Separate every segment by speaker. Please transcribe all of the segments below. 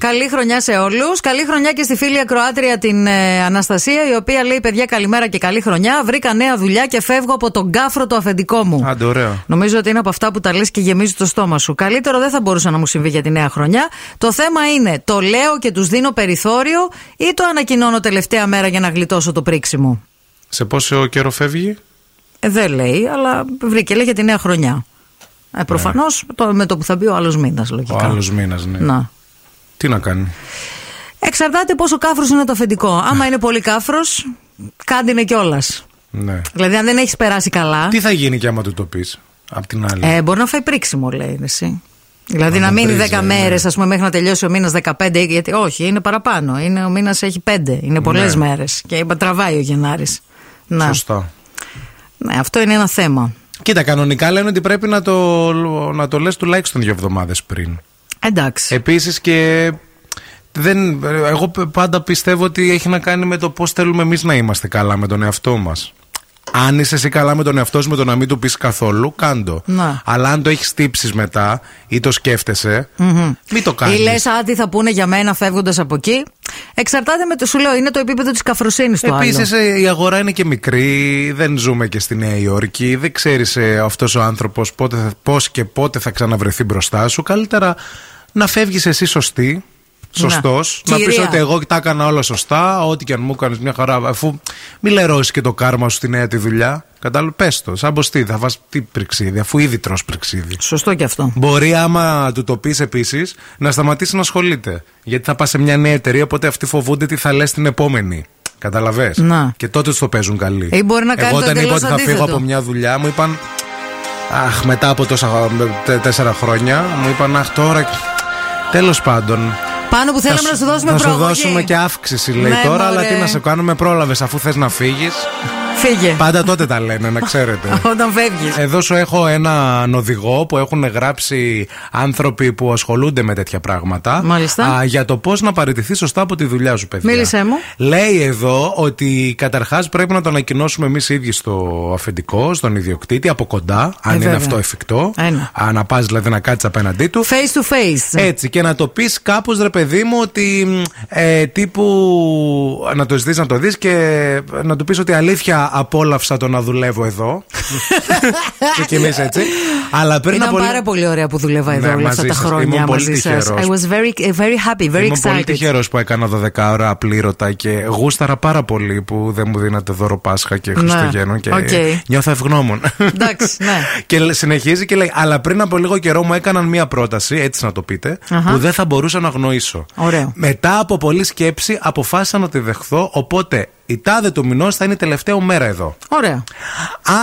Speaker 1: Καλή χρονιά σε όλους. Καλή χρονιά και στη φίλη Ακροάτρια την ε, Αναστασία, η οποία λέει: Παιδιά, καλημέρα και καλή χρονιά. Βρήκα νέα δουλειά και φεύγω από τον κάφρο το αφεντικό μου.
Speaker 2: Άντε, ωραίο.
Speaker 1: Νομίζω ότι είναι από αυτά που τα λες και γεμίζει το στόμα σου. Καλύτερο δεν θα μπορούσε να μου συμβεί για τη νέα χρονιά. Το θέμα είναι: το λέω και τους δίνω περιθώριο ή το ανακοινώνω τελευταία μέρα για να γλιτώσω το πρίξι μου.
Speaker 2: Σε πόσο καιρό φεύγει,
Speaker 1: Ε, δεν λέει, αλλά βρήκε λέει για τη νέα χρονιά. Ε, Προφανώ με το που θα μπει ο άλλος μήνας,
Speaker 2: Ο
Speaker 1: λογικά.
Speaker 2: άλλος μήνας, ναι.
Speaker 1: Να.
Speaker 2: Τι να κάνει.
Speaker 1: Εξαρτάται πόσο κάφρος είναι το αφεντικό. Άμα είναι πολύ κάφρος, κάντινε κιόλας.
Speaker 2: Ναι.
Speaker 1: Δηλαδή, αν δεν έχεις περάσει καλά,
Speaker 2: Τι θα γίνει και άμα του το πεις. Απ' την άλλη.
Speaker 1: ε, μπορεί να φάει πρίξιμο, λέει εσύ. Δηλαδή, να
Speaker 2: τον
Speaker 1: μείνει 10
Speaker 2: πρίζει, ναι.
Speaker 1: μέρες, ας πούμε, μέχρι να τελειώσει ο μήνας 15. ή- Γιατί, όχι, είναι παραπάνω. Είναι, ο μήνας έχει 5. Είναι πολλές μέρες
Speaker 2: Ναι.
Speaker 1: μέρες. Και τραβάει ο Γενάρης. Να.
Speaker 2: Σωστά.
Speaker 1: Ναι, αυτό είναι ένα θέμα.
Speaker 2: Κοίτα, κανονικά λένε ότι πρέπει να το, να το λες τουλάχιστον δύο εβδομάδες πριν.
Speaker 1: Εντάξει.
Speaker 2: Επίσης και. Δεν, εγώ πάντα πιστεύω ότι έχει να κάνει με το πώς θέλουμε εμείς να είμαστε καλά με τον εαυτό μας. Αν είσαι εσύ καλά με τον εαυτό σου, με το να μην του πεις καθόλου, κάντο.
Speaker 1: Να.
Speaker 2: Αλλά αν το έχεις τύψει μετά ή το σκέφτεσαι, μην το κάνεις.
Speaker 1: Ή λες, α, τι θα πούνε για μένα φεύγοντας από εκεί. Εξαρτάται με το σου λέω, είναι το επίπεδο της καφροσύνης του άλλου.
Speaker 2: Επίση, η αγορά είναι και μικρή. Δεν ζούμε και στη Νέα Υόρκη. Δεν ξέρεις αυτός ο άνθρωπος πώς και πότε θα ξαναβρεθεί μπροστά σου. Καλύτερα να φεύγεις εσύ σωστή. Σωστός.
Speaker 1: Να.
Speaker 2: Να, πεις πει
Speaker 1: Κυρία.
Speaker 2: ότι εγώ τα έκανα όλα σωστά. Ό,τι και αν μου έκανες μια χαρά. Αφού μη λερώσεις και το κάρμα σου στη νέα τη δουλειά. Κατάλαβε. Πες το. Σαν ποστί. Θα φας τι πριξίδι, αφού ήδη τρως πριξίδι.
Speaker 1: Σωστό και αυτό.
Speaker 2: Μπορεί άμα του το πεις επίσης να σταματήσει να ασχολείται. Γιατί θα πας σε μια νέα εταιρεία, οπότε αυτοί φοβούνται τι θα λες την επόμενη. Καταλαβέ.
Speaker 1: Να.
Speaker 2: Και τότε τους το παίζουν καλή.
Speaker 1: Ή μπορεί να κάνει
Speaker 2: Εγώ
Speaker 1: το
Speaker 2: όταν είπα
Speaker 1: εντελώς
Speaker 2: ότι θα φύγω
Speaker 1: αντίθετο.
Speaker 2: από μια δουλειά, μου είπαν. Αχ, μετά από τόσα τε- τέσσερα χρόνια, μου είπαν Αχ, τώρα. Τέλος πάντων.
Speaker 1: Πάνω που θέλαμε
Speaker 2: θα
Speaker 1: να σου δώσουμε
Speaker 2: θα σου
Speaker 1: προαγωγή.
Speaker 2: δώσουμε και αύξηση, λέει
Speaker 1: Ναι,
Speaker 2: τώρα, αλλά
Speaker 1: μωρέ.
Speaker 2: τι να σε κάνουμε, πρόλαβες αφού θες να φύγεις.
Speaker 1: Φύγε.
Speaker 2: Πάντα τότε τα λένε, να ξέρετε.
Speaker 1: Όταν φεύγεις.
Speaker 2: Εδώ σου έχω έναν οδηγό που έχουν γράψει άνθρωποι που ασχολούνται με τέτοια πράγματα.
Speaker 1: Μάλιστα.
Speaker 2: Α, για το πώς να παραιτηθεί σωστά από τη δουλειά σου, παιδιά.
Speaker 1: Μίλησέ μου.
Speaker 2: Λέει εδώ ότι καταρχάς πρέπει να το ανακοινώσουμε εμείς οι ίδιοι στο αφεντικό, στον ιδιοκτήτη, από κοντά, αν είναι
Speaker 1: Ε, βέβαια.
Speaker 2: αυτό εφικτό.
Speaker 1: Ε, ναι.
Speaker 2: Α, να πας δηλαδή να κάτσεις απέναντί του.
Speaker 1: Face to face.
Speaker 2: Έτσι, και να το πεις κάπως ρε παιδί μου ότι μ, ε, τύπου. Να το ζητήσει να το δεις και να του πεις ότι αλήθεια απόλαυσα το να δουλεύω εδώ. Ξεκινήσει έτσι. Αλλά πριν
Speaker 1: Ήταν
Speaker 2: από. λίγο-
Speaker 1: πάρα πολύ ωραία που δούλευα εδώ
Speaker 2: Ναι,
Speaker 1: όλα αυτά
Speaker 2: μαζί
Speaker 1: τα
Speaker 2: σας.
Speaker 1: χρόνια
Speaker 2: Ήμουν πολύ
Speaker 1: μαζί σας. I
Speaker 2: τυχερός.
Speaker 1: was very, very happy, very
Speaker 2: Είμαι πολύ
Speaker 1: excited.
Speaker 2: τυχερός που έκανα 12 ώρα απλήρωτα και γούσταρα πάρα πολύ που δεν μου δίνατε δώρο Πάσχα και Χριστουγέννων. Και
Speaker 1: Ναι, Οκ.
Speaker 2: νιώθω ευγνώμων.
Speaker 1: Εντάξει, ναι.
Speaker 2: και συνεχίζει και λέει: Αλλά πριν από λίγο καιρό μου έκαναν μία πρόταση, έτσι να το πείτε,
Speaker 1: Αχα.
Speaker 2: που δεν θα μπορούσα να αγνοήσω.
Speaker 1: Ωραίο.
Speaker 2: Μετά από πολλή σκέψη αποφάσισα να τη δεχθώ, οπότε η τάδε του μηνός θα είναι η τελευταία μου μέρα εδώ.
Speaker 1: Ωραία.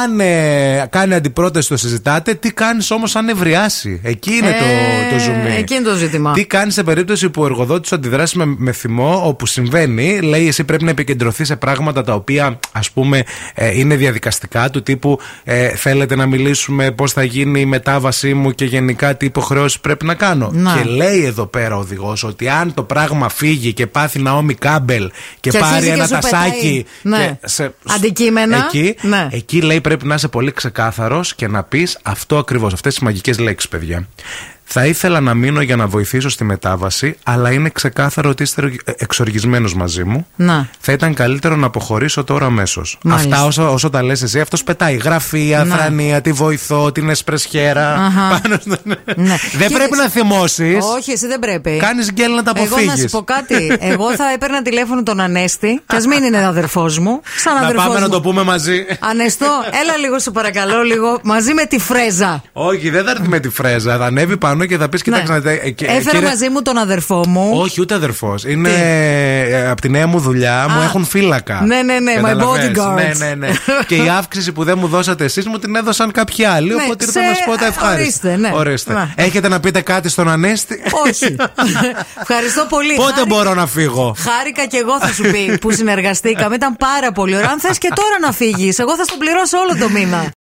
Speaker 2: Αν ε, κάνει αντιπρόταση, το συζητάτε. Τι κάνεις όμως αν ευριάσει. Εκεί είναι
Speaker 1: Ε,
Speaker 2: το, το ζουμί.
Speaker 1: εκεί είναι το ζήτημα.
Speaker 2: Τι κάνεις σε περίπτωση που ο εργοδότης σου αντιδράσει με, με θυμό, όπου συμβαίνει, λέει εσύ πρέπει να επικεντρωθείς σε πράγματα τα οποία ας πούμε ε, είναι διαδικαστικά του τύπου ε, θέλετε να μιλήσουμε πώς θα γίνει η μετάβασή μου και γενικά τι υποχρεώσεις πρέπει να κάνω.
Speaker 1: Να.
Speaker 2: Και λέει εδώ πέρα ο οδηγός ότι αν το πράγμα φύγει και πάθει Ναόμι Κάμπελ και,
Speaker 1: Και αρχίζει
Speaker 2: πάρει
Speaker 1: και
Speaker 2: ένα
Speaker 1: σου πετάει.
Speaker 2: τασάκι.
Speaker 1: Ναι.
Speaker 2: και σε-
Speaker 1: Αντικείμενα.
Speaker 2: Εκεί,
Speaker 1: Ναι.
Speaker 2: Εκεί λέει πρέπει να είσαι πολύ ξεκάθαρος και να πεις αυτό ακριβώς. Αυτές τις μαγικές λέξεις, παιδιά. Θα ήθελα να μείνω για να βοηθήσω στη μετάβαση, αλλά είναι ξεκάθαρο ότι είστε εξοργισμένος μαζί μου.
Speaker 1: Να.
Speaker 2: Θα ήταν καλύτερο να αποχωρήσω τώρα αμέσως.
Speaker 1: Μάλιστα.
Speaker 2: Αυτά όσο, όσο τα λες εσύ, αυτός πετάει. Γραφεία,
Speaker 1: Ναι.
Speaker 2: θρανία, τη βοηθώ, την εσπρεσιέρα.
Speaker 1: Αχα.
Speaker 2: Πάνω στον...
Speaker 1: Ναι.
Speaker 2: Δεν
Speaker 1: Και
Speaker 2: πρέπει
Speaker 1: δες-
Speaker 2: να θυμώσεις.
Speaker 1: Όχι, εσύ δεν πρέπει.
Speaker 2: Κάνεις γκέλ να τα αποφύγει.
Speaker 1: Εγώ να σου πω κάτι. Εγώ θα έπαιρνα τηλέφωνο τον Ανέστη, και ας μην είναι αδερφός μου. Σαν
Speaker 2: Να
Speaker 1: αδερφό
Speaker 2: πάμε να
Speaker 1: μου.
Speaker 2: το πούμε μαζί.
Speaker 1: Ανεστώ, έλα λίγο σου παρακαλώ, λίγο μαζί με τη φρέζα.
Speaker 2: Όχι, δεν θα έρθει με τη φρέζα. Θα ανέβει πάνω και θα πεις: Κοιτάξτε,
Speaker 1: Ναι.
Speaker 2: να τα- ε, και-
Speaker 1: Έφερα
Speaker 2: κύριε-
Speaker 1: μαζί μου τον αδερφό μου.
Speaker 2: Όχι, ούτε αδερφός. Είναι από τη νέα μου δουλειά, μου
Speaker 1: Α.
Speaker 2: έχουν φύλακα.
Speaker 1: Ναι, ναι, ναι, my
Speaker 2: Καταλαβες.
Speaker 1: bodyguards.
Speaker 2: Ναι, ναι, ναι. και η αύξηση που δεν μου δώσατε εσείς μου την έδωσαν κάποιοι άλλοι.
Speaker 1: Ναι,
Speaker 2: οπότε
Speaker 1: σε-
Speaker 2: ήρθα να σου πω τα ευχάριστα.
Speaker 1: ορίστε, ναι.
Speaker 2: Ορίστε.
Speaker 1: Να.
Speaker 2: Έχετε να πείτε κάτι στον Ανέστη.
Speaker 1: Όχι. Ευχαριστώ πολύ.
Speaker 2: Πότε
Speaker 1: Χάρηκα-
Speaker 2: μπορώ να φύγω.
Speaker 1: Χάρηκα και εγώ θα σου πει που συνεργαστήκαμε. Ήταν πάρα πολύ ωραία. Αν θες και τώρα να φύγεις, εγώ θα στον πληρώσω όλο το μήνα.